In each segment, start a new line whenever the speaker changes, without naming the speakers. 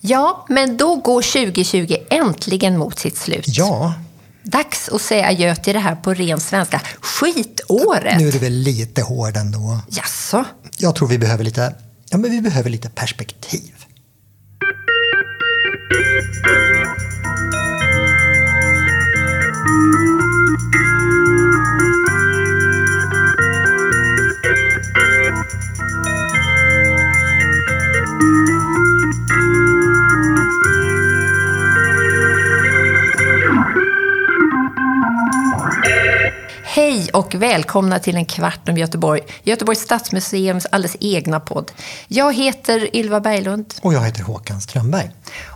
Ja, men då går 2020 äntligen mot sitt slut.
Ja,
Dags att säga adjö till det här på ren svenska skitåret.
nu är du väl lite hård ändå.
Jaså?
Jag tror vi behöver lite, ja, men vi behöver lite perspektiv.
Hej och välkomna till en kvart om Göteborg. Göteborgs stadsmuseums alldeles egna podd. Jag heter Ylva Berglund
Och jag heter Håkan Strömberg.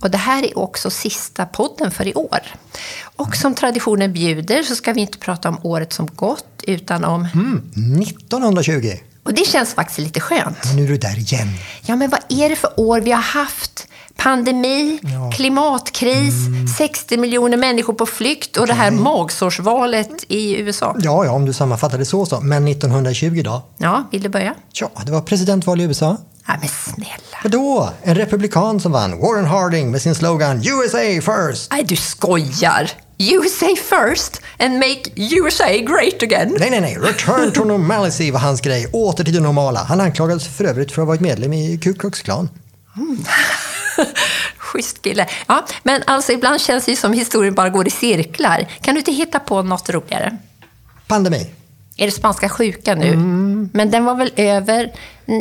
och det här är också sista podden för i år. Och som traditionen bjuder så ska vi inte prata om året som gått utan om...
1920,
Och det känns faktiskt lite skönt.
nu är du där igen.
Ja, men vad är det för år vi har haft? Pandemi,
Ja.
klimatkris, 60 miljoner människor på flykt och det här magsårsvalet i USA.
Ja, ja, om du sammanfattar det så så. Men 1920 då?
Ja, vill du börja?
Ja, det var presidentval i USA.
Ja, men snälla.
Vadå? En republikan som vann, Warren Harding, med sin slogan “USA first”.
Nej, du skojar! USA first and make USA great again.
Nej, nej, nej. Return to normalcy var hans grej. Åter till det normala. Han anklagades för övrigt för att ha varit medlem i Ku Klux Klan.
Schysst kille. Ja, men alltså ibland känns det ju som historien bara går i cirklar. Kan du inte hitta på något roligare?
Pandemi.
Är det spanska sjukan nu? Men den var väl över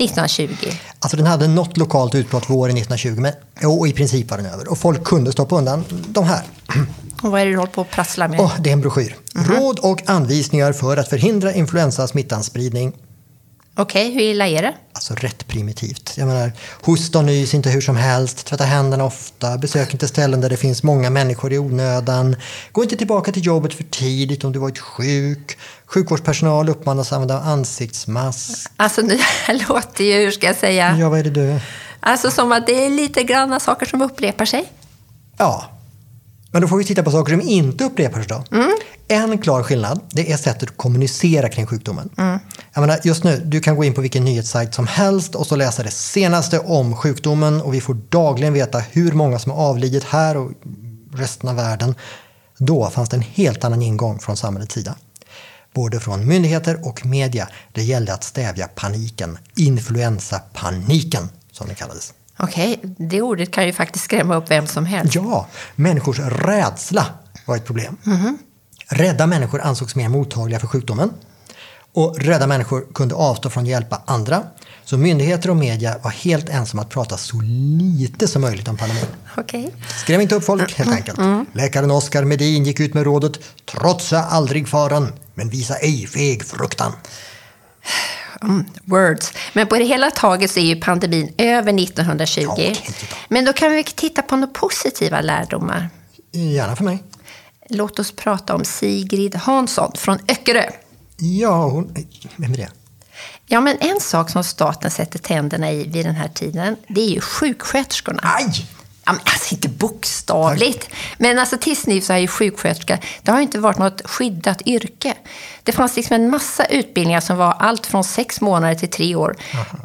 1920?
Alltså den hade något lokalt utbrott våren 1920, men och i princip var den över. Och folk kunde stoppa undan de här.
Och vad är det du håller på att prassla med?
Åh, det är en broschyr. Råd och anvisningar för att förhindra influensasmittans spridning.
Okej, hur illa är det?
Alltså rätt primitivt. Jag menar, hosta och nys inte hur som helst, tvätta händerna ofta, besök inte ställen där det finns många människor i onödan, gå inte tillbaka till jobbet för tidigt om du varit sjuk, sjukvårdspersonal uppmanas använda ansiktsmask.
Alltså det här låter ju, hur ska jag säga,
Ja, vad är det du?
alltså som att det är lite granna saker som upprepar sig.
Ja. Men då får vi titta på saker som inte upprepas då. En klar skillnad, det är sättet att kommunicera kring sjukdomen. Jag menar, just nu, du kan gå in på vilken nyhetssajt som helst och så läsa det senaste om sjukdomen och vi får dagligen veta hur många som har avlidit här och resten av världen. Då fanns det en helt annan ingång från samhällets sida. Både från myndigheter och media. Det gällde att stävja paniken. Influensapaniken, som den kallades.
Okej, det ordet kan ju faktiskt skrämma upp vem som helst.
Ja, människors rädsla var ett problem. Rädda människor ansågs mer mottagliga för sjukdomen. Och rädda människor kunde avstå från att hjälpa andra. Så myndigheter och media var helt ensamma att prata så lite som möjligt om pandemin.
Okej.
Skräm inte upp folk, helt enkelt. Läkaren Oskar Medin gick ut med rådet “Trotsa aldrig faran, men visa ej feg fruktan”.
Words. Men på det hela taget så är ju pandemin över 1920.
Ja, okej då.
Men då kan vi väl titta på några positiva lärdomar.
Gärna för mig.
Låt oss prata om Sigrid Hansson från Öckerö.
Ja, hon... Vem är det?
Ja, men en sak som staten sätter tänderna i vid den här tiden, det är ju sjuksköterskorna.
Aj!
Ja, men alltså inte bokstavligt. Men alltså tills nu så är ju sjuksköterska, det har ju inte varit något skyddat yrke. Det fanns liksom en massa utbildningar som var allt från sex månader till tre år.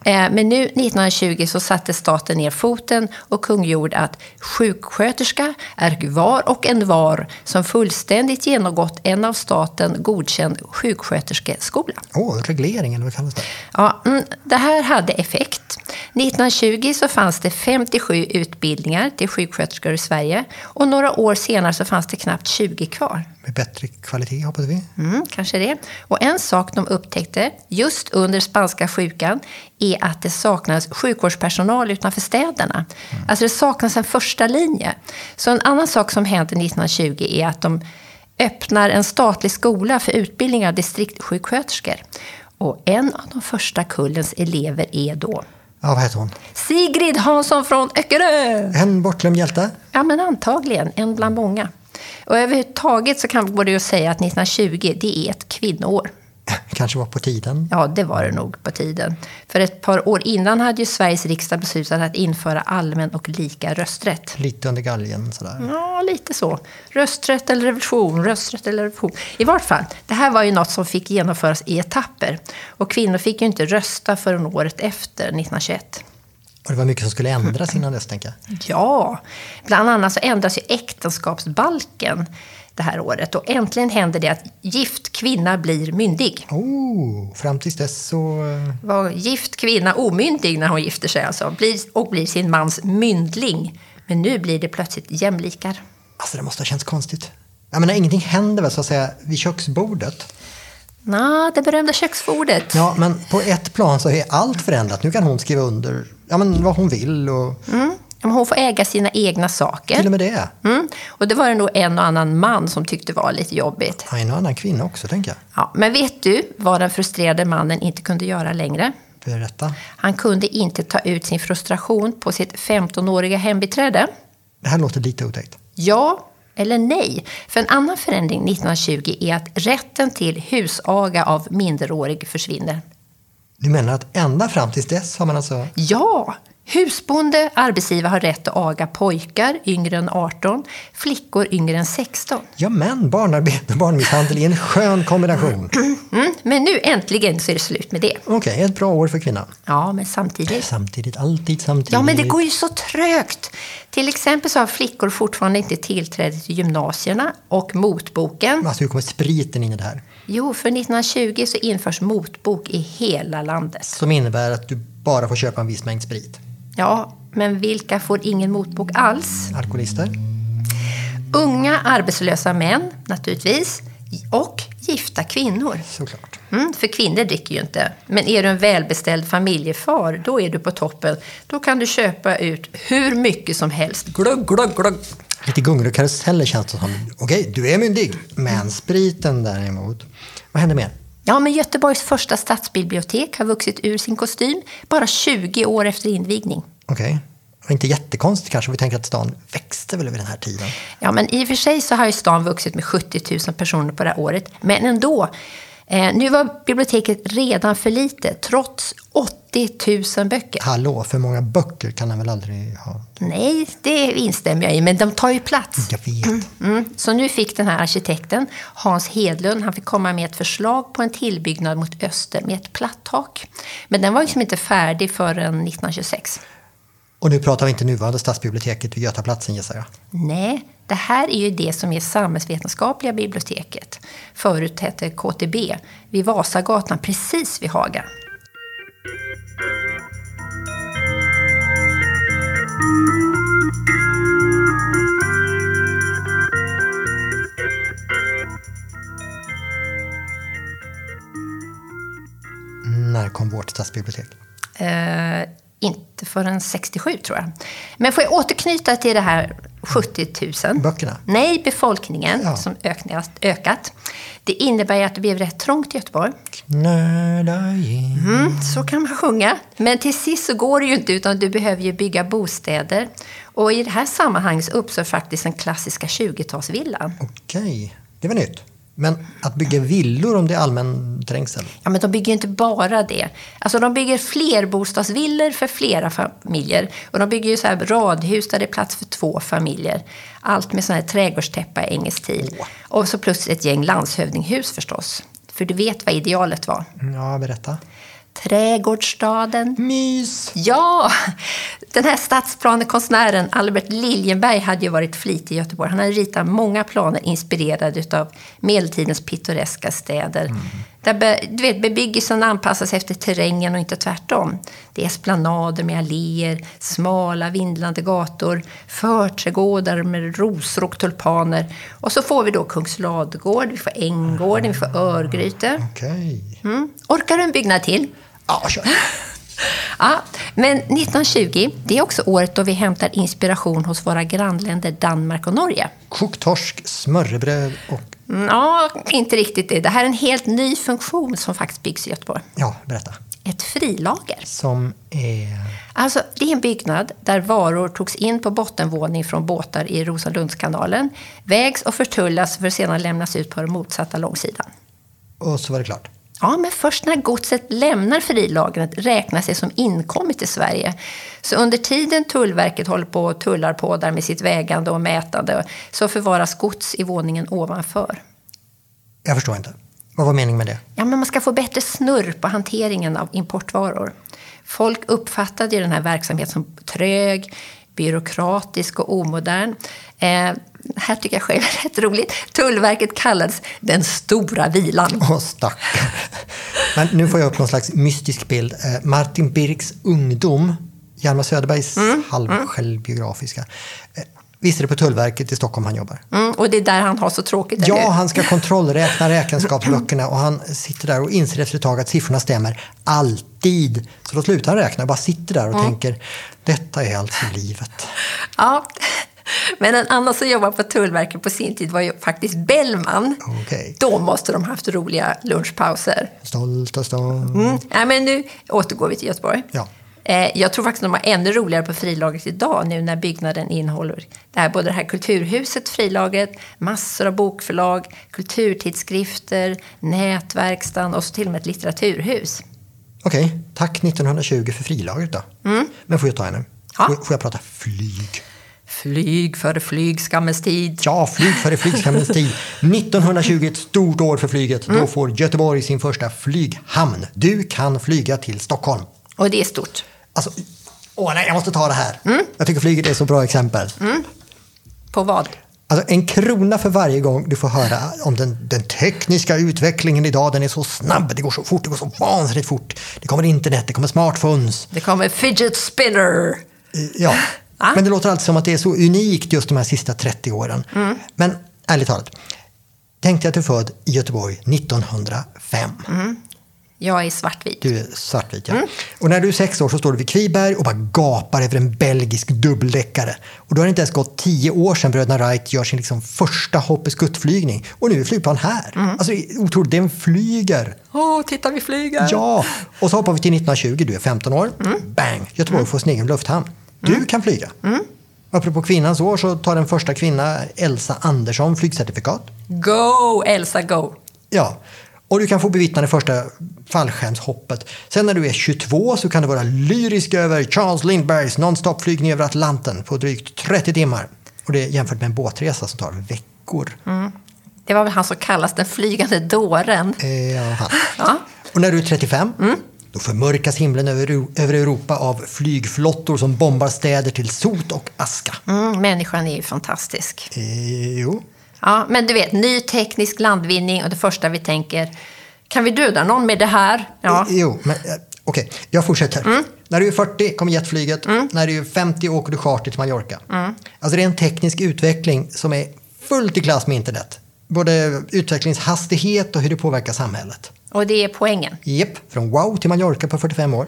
Eh, Men nu 1920 så satte staten ner foten och kungjorde att sjuksköterska är var och en var som fullständigt genomgått en av staten godkänd sjuksköterskeskola.
Åh, reglering eller vad kallas det?
Ja, mm, det här hade effekt. 1920 så fanns det 57 utbildningar till sjuksköterskor i Sverige och några år senare så fanns det knappt 20 kvar.
Med bättre kvalitet, hoppas vi.
Mm, kanske det. Och en sak de upptäckte just under spanska sjukan är att det saknades sjukvårdspersonal utanför städerna. Alltså det saknas en första linje. Så en annan sak som hände 1920 är att de öppnar en statlig skola för utbildning av distriktssjuksköterskor. Och en av de första kullens elever är då
Ja, vad heter hon?
Sigrid Hansson från Öckerö!
En bortglömd hjälte.
Ja, men antagligen. En bland många. Och överhuvudtaget så kan, går det ju att säga att 1920, det är ett kvinnoår.
Eh, Kanske var på tiden.
Ja, det var det nog på tiden. För ett par år innan hade ju Sveriges riksdag beslutat att införa allmän och lika rösträtt.
Lite under galgen sådär.
Ja, lite så. Rösträtt eller revolution, rösträtt eller revolution. I vart fall, det här var ju något som fick genomföras i etapper. Och kvinnor fick ju inte rösta förrän året efter, 1921.
Och det var mycket som skulle ändras innan dess, tänker jag.
Ja, bland annat så ändras ju äktenskapsbalken det här året. Och äntligen händer det att gift kvinna blir myndig.
Oh, fram tills dess så... eh,
Var gift kvinna omyndig när hon gifter sig alltså. Blir, och blir sin mans myndling. Men nu blir det plötsligt jämlikar.
Alltså det måste ha känts konstigt. Jag menar, ingenting händer väl så att säga vid köksbordet?
Nå, det berömda köksbordet.
Ja, men på ett plan så är allt förändrat. Nu kan hon skriva under ja, men vad hon vill och
Mm. Men Hon får äga sina egna saker.
till och med det.
Mm. Och det var det nog en och annan man som tyckte var lite jobbigt.
Ja, en och annan kvinna också, tänker jag.
Ja. Men vet du vad den frustrerade mannen inte kunde göra längre?
Berätta.
Han kunde inte ta ut sin frustration på sitt 15-åriga hembiträde.
Det här låter lite otäckt.
Ja eller nej. För en annan förändring 1920 är att rätten till husaga av minderårig försvinner.
Du menar att ända fram tills dess har man alltså...
Ja! Husbonde, arbetsgivare har rätt att aga pojkar yngre än 18, flickor yngre än 16.
Ja, men barnarbete och barnmisshandel är en skön kombination.
Mm, men nu äntligen så är det slut med det.
Okej, ett bra år för kvinnan.
Ja, men samtidigt.
Samtidigt, alltid samtidigt.
Ja, men det går ju så trögt. Till exempel så har flickor fortfarande inte tillträde till gymnasierna och motboken.
Alltså, hur kommer spriten in i det här?
Jo, för 1920 så införs motbok i hela landet.
Som innebär att du bara får köpa en viss mängd sprit.
Ja, men vilka får ingen motbok alls?
Alkoholister?
Unga arbetslösa män, naturligtvis, och gifta kvinnor.
Såklart.
Mm, för kvinnor dricker ju inte. Men är du en välbeställd familjefar, då är du på toppen. Då kan du köpa ut hur mycket som helst. Glugg, glugg, glugg.
Lite gungor och karuseller känns det som. Okej, du är myndig. Men spriten däremot. Vad händer mer?
Ja, men Göteborgs första stadsbibliotek har vuxit ur sin kostym bara 20 år efter invigning.
Okej. Och Inte jättekonstigt kanske om vi tänker att stan växte väl över den här tiden.
Ja, men i och för sig så har ju stan vuxit med 70 000 personer på det här året. Men ändå. Eh, nu var biblioteket redan för litet, trots 80 000 böcker.
Hallå, för många böcker kan den väl aldrig ha?
Nej, det instämmer jag i, men de tar ju plats.
Jag vet.
Mm. Så nu fick den här arkitekten, Hans Hedlund, han fick komma med ett förslag på en tillbyggnad mot öster med ett platt tak. Men den var liksom inte färdig förrän 1926.
Och nu pratar vi inte nuvarande stadsbiblioteket vid Götaplatsen gissar jag.
Nej, det här är ju det som är samhällsvetenskapliga biblioteket. Förut hette KTB, vid Vasagatan, precis vid Haga.
När kom vårt stadsbibliotek?
Eh, inte förrän 67 tror jag. Men får jag återknyta till det här 70 000?
Böckerna?
Nej, befolkningen
Ja.
som öknat, ökat. Det innebär ju att det blev rätt trångt i Göteborg.
Knöla in.
Mm, så kan man sjunga. Men till sist så går det ju inte utan du behöver ju bygga bostäder. Och i det här sammanhanget så uppstår faktiskt den klassiska 20-talsvillan.
Okej, det var nytt. Men att bygga villor om det är allmän trängsel?
Ja, men de bygger ju inte bara det. Alltså, de bygger flerbostadsvillor för flera familjer. Och de bygger ju så här radhus där det är plats för två familjer. Allt med sån här trädgårdstäppa i engelsk stil. Och så plus ett gäng landshövdinghus förstås. För du vet vad idealet var.
Ja, berätta.
Trädgårdsstaden.
Mys!
Ja! Den här stadsplanekonstnären Albert Liljenberg hade ju varit flitig i Göteborg. Han hade ritat många planer inspirerade av medeltidens pittoreska städer. Där be, du vet, bebyggelsen anpassas efter terrängen och inte tvärtom. Det är esplanader med alléer, smala vindlande gator, förträdgårdar med rosor och tulpaner. Och så får vi då Kungsladugård, vi får Änggården, vi får Örgryte.
Okej.
Mm. Orkar du en byggnad till?
Ja, kör.
Ja, men 1920, det är också året då vi hämtar inspiration hos våra grannländer Danmark och Norge.
Kokt torsk, smörrebröd och...
Mm, Ja, inte riktigt det. Det här är en helt ny funktion som faktiskt byggs i Göteborg.
Ja, berätta.
Ett frilager.
Som är...
Alltså, det är en byggnad där varor togs in på bottenvåning från båtar i Rosalundskanalen, vägs och förtullas för att sedan lämnas ut på den motsatta långsidan.
Och så var det klart.
Ja, men först när godset lämnar frilagret räknas det som inkommit till Sverige. Så under tiden Tullverket håller på och tullar på där med sitt vägande och mätande så förvaras gods i våningen ovanför.
Jag förstår inte. Vad var meningen med det?
Ja, men man ska få bättre snurr på hanteringen av importvaror. Folk uppfattade ju den här verksamheten som trög, byråkratisk och omodern. Eh, här tycker jag själv är rätt roligt. Tullverket kallades den stora vilan.
Åh, stackarn. Men nu får jag upp någon slags mystisk bild. Eh, Martin Birks ungdom, Hjalmar Söderbergs halvsjälvbiografiska. Eh, Visst är det på Tullverket i Stockholm han jobbar?
Mm, och det är där han har så tråkigt, eller
Ja,
hur?
han ska kontrollräkna räkenskapsböckerna och han sitter där och inser efter ett tag att siffrorna stämmer alltid. Så då slutar han räkna och bara sitter där och tänker detta är alltså livet.
Ja. Men en annan som jobbade på Tullverket på sin tid var ju faktiskt Bellman.
Okej.
Då måste de haft roliga lunchpauser.
Stolta stad.
Mm. Ja, men nu återgår vi till Göteborg.
Ja.
Eh, Jag tror faktiskt att de har ännu roligare på frilagret idag nu när byggnaden innehåller det här, både det här kulturhuset, frilagret, massor av bokförlag, kulturtidskrifter, nätverkstan och så till och med ett litteraturhus.
Okej, tack 1920 för frilagret då. Men får jag ta henne?
Ja.
Får, får jag prata flyg?
Flyg före flyg, skammens tid.
Ja, flyg före flygskammens tid. 1920 är ett stort år för flyget. Då får Göteborg sin första flyghamn. Du kan flyga till Stockholm.
Och det är stort.
Alltså, åh nej, jag måste ta det här. Jag tycker flyget är ett så bra exempel.
På vad?
Alltså, en krona för varje gång du får höra om den, den tekniska utvecklingen idag. Den är så snabb, det går så fort, det går så vansinnigt fort. Det kommer internet, det kommer smartphones.
Det kommer fidget spinner.
Eh, Ja.
Ja.
Men det låter alltid som att det är så unikt just de här sista 30 åren. Men ärligt talat, tänk dig att du är född i Göteborg 1905.
Jag är svartvit.
Du är svartvit, ja. Och när du är sex år så står du vid Kviberg och bara gapar över en belgisk dubbeldäckare. Och då har det inte ens gått tio år sedan bröderna Wright gör sin liksom första hopp i skuttflygning. Och nu är flygplan här. Alltså, det är otroligt. Den flyger.
Åh, titta vi flyger!
Ja! Och så hoppar vi till 1920, du är 15 år. Bang! Göteborg får sin egen lufthamn. Du kan flyga. Apropå kvinnans år så tar den första kvinna, Elsa Andersson, flygcertifikat.
Go, Elsa, go!
Ja. Och du kan få bevittna det första fallskärmshoppet. Sen när du är 22 så kan du vara lyrisk över Charles Lindberghs nonstop-flygning över Atlanten på drygt 30 timmar. Och det är jämfört med en båtresa som tar veckor.
Det var väl han som kallas den flygande dåren.
Eh, aha.
Ja.
Och när du är 35, då förmörkas himlen över, Eu- över Europa av flygflottor som bombar städer till sot och aska.
Mm, människan är ju fantastisk.
Eh, jo.
Ja, men du vet, ny teknisk landvinning och det första vi tänker, kan vi döda någon med det här? Ja, Mm.
Eh, Jo, men eh, okej, jag fortsätter. När du är 40 kommer jetflyget. När du är 50 åker du charter till Mallorca.
Mm.
Alltså det är en teknisk utveckling som är fullt i klass med internet. Både utvecklingshastighet och hur det påverkar samhället.
och det är poängen.
Jep, från wow till Mallorca på 45 år.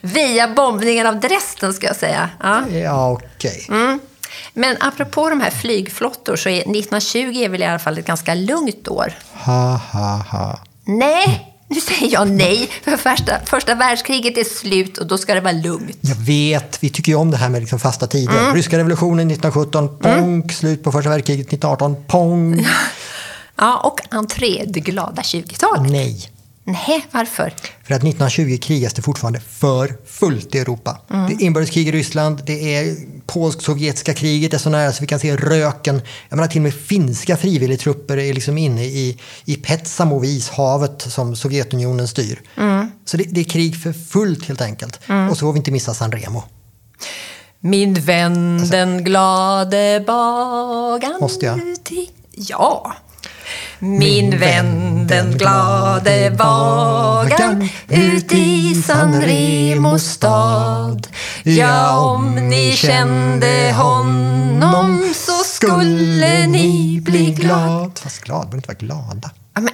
Via bombningen av Dresden, ska jag säga. Ja.
Ja, okej.
Mm. Men apropå de här flygflottor så är 1920 är väl i alla fall ett ganska lugnt år.
Ha, ha, ha.
Nej, nu säger jag nej, för första, första världskriget är slut och då ska det vara lugnt.
Jag vet, vi tycker ju om det här med liksom fasta tider.
Mm.
Ryska revolutionen 1917, pong. Slut på första världskriget 1918, pong.
Ja, och entré, det glada 20-talet.
Nej.
Nej, varför?
För att 1920 krigas det fortfarande för fullt i Europa.
Mm.
Det är inbördeskrig i Ryssland, det är polsk-sovjetiska kriget är så nära så vi kan se röken. Jag menar till och med finska frivilligtrupper är liksom inne i, i Petsamo vid Ishavet som Sovjetunionen styr.
Mm.
Så det, det är krig för fullt helt enkelt. Och så får vi inte missa San Remo.
Min vän den glade bagaren
Måste jag?
uti- Ja. Min vän den glade bagaren uti San Remo stad. Ja, om ni kände honom så skulle ni bli glad.
Fast glad, borde inte vara glada.
Ja, Men,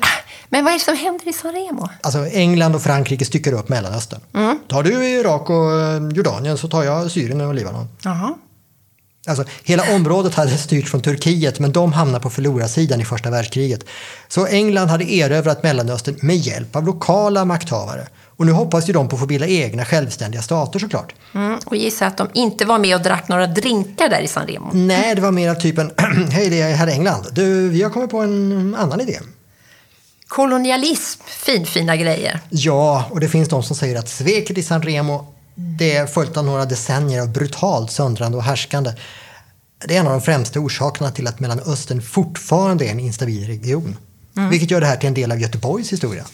men vad är det som händer i San Remo?
Alltså England och Frankrike styckar upp Mellanöstern. Tar du Irak och eh, Jordanien så tar jag Syrien och Libanon.
Jaha.
Alltså, hela området hade styrts från Turkiet men de hamnade på förlorarsidan i första världskriget. Så England hade erövrat Mellanöstern med hjälp av lokala makthavare. Och nu hoppas ju de på att få bilda egna självständiga stater såklart.
Mm, och gissa att de inte var med och drack några drinkar där i San Remo.
Nej, det var mer typen Hej, det är herr England. Du, vi har kommit på en annan idé.
Kolonialism, finfina grejer.
Ja, och det finns de som säger att sveket i San Remo det är följt av några decennier av brutalt söndrande och härskande. Det är en av de främsta orsakerna till att Mellanöstern fortfarande är en instabil region. Vilket gör det här till en del av Göteborgs historia.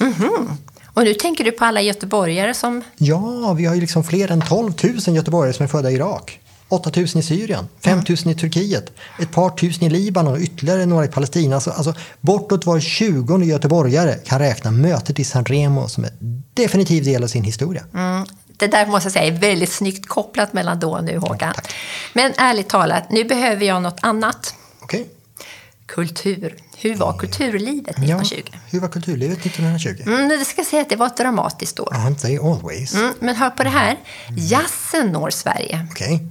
Och nu tänker du på alla göteborgare som...
Ja, vi har ju liksom fler än 12 000 göteborgare som är födda i Irak. 8 000 i Syrien, 5 000 i Turkiet, ett par tusen i Libanon och ytterligare några i Palestina. Alltså, alltså, bortåt var 20 göteborgare kan räkna mötet i San Remo som en definitiv del av sin historia.
Mm. Det där måste jag säga är väldigt snyggt kopplat mellan då och nu, Håkan. Ja, Men ärligt talat, nu behöver jag något annat.
Okej.
Kultur. Hur var kulturlivet
Ja,
1920?
hur var kulturlivet 1920?
Mm, det ska jag säga att det var ett dramatiskt år.
Aren't they always?
Mm, men hör på det här. Jazzen når Sverige.
Okej.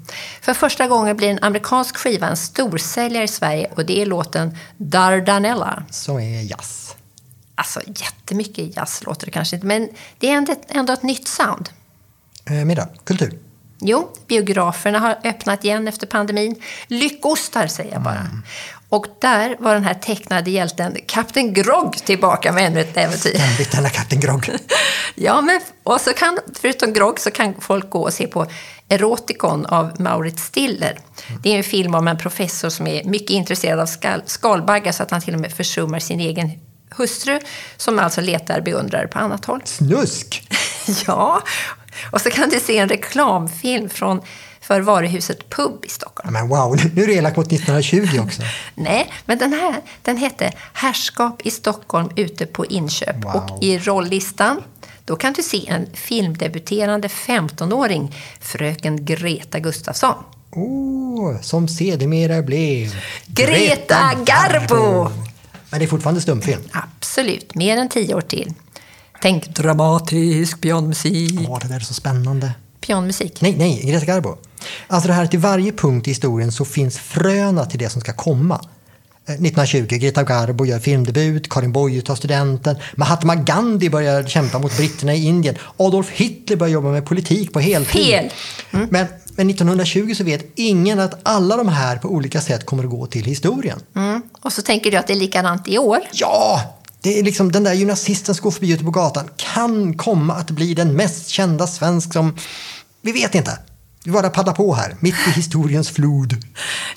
För första gången blir en amerikansk skiva en storsäljare i Sverige och det är låten Dardanella.
Så är jazz.
Alltså jättemycket jazz låter det kanske inte, men det är ändå, ändå ett nytt sound.
Eh, middag. Kultur.
Jo, biograferna har öppnat igen efter pandemin. Lyckostar, säger jag bara. Och där var den här tecknade hjälten Kapten Grogg tillbaka med ännu ett äventyr.
Ständigt denna kapten Grogg.
Ja, men och så kan, förutom grogg så kan folk gå och se på Eroticon av Maurits Stiller. Det är en film om en professor som är mycket intresserad av skal, skalbaggar så att han till och med försummar sin egen hustru som alltså letar beundrare på annat håll.
Snusk!
Ja, och så kan du se en reklamfilm från, för varuhuset Pub i Stockholm.
Ja, Men wow, nu är du elak mot 1920 också.
Nej, men den här den hette Herrskap i Stockholm ute på inköp.
Wow.
Och i rollistan då kan du se en filmdebuterande 15-åring, fröken Greta Gustafsson.
Oh, som sedermera blev...
Greta Garbo.
Men det är fortfarande stumfilm.
Absolut, mer än tio år till. Tänk dramatisk pianomusik.
Åh, det där är så spännande.
Pianomusik.
Nej, nej, Greta Garbo. Alltså det här att till varje punkt i historien så finns fröna till det som ska komma. Eh, 1920, Greta Garbo gör filmdebut, Karin Boye tar studenten, Mahatma Gandhi börjar kämpa mot britterna i Indien, Adolf Hitler börjar jobba med politik på heltid.
Fel.
Men, men 1920 så vet ingen att alla de här på olika sätt kommer att gå till historien.
Mm. Och så tänker du att det är likadant i år.
Ja! Det är liksom den där gymnasisten som går förbi ute på gatan kan komma att bli den mest kända svensk som... Vi vet inte. Vi bara paddlar på här, mitt i historiens flod.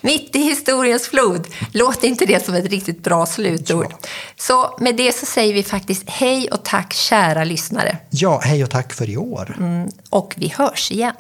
Mitt i historiens flod. Låt inte det som ett riktigt bra slutord. Så med det så säger vi faktiskt hej och tack kära lyssnare.
Ja, hej och tack för i år.
och vi hörs igen.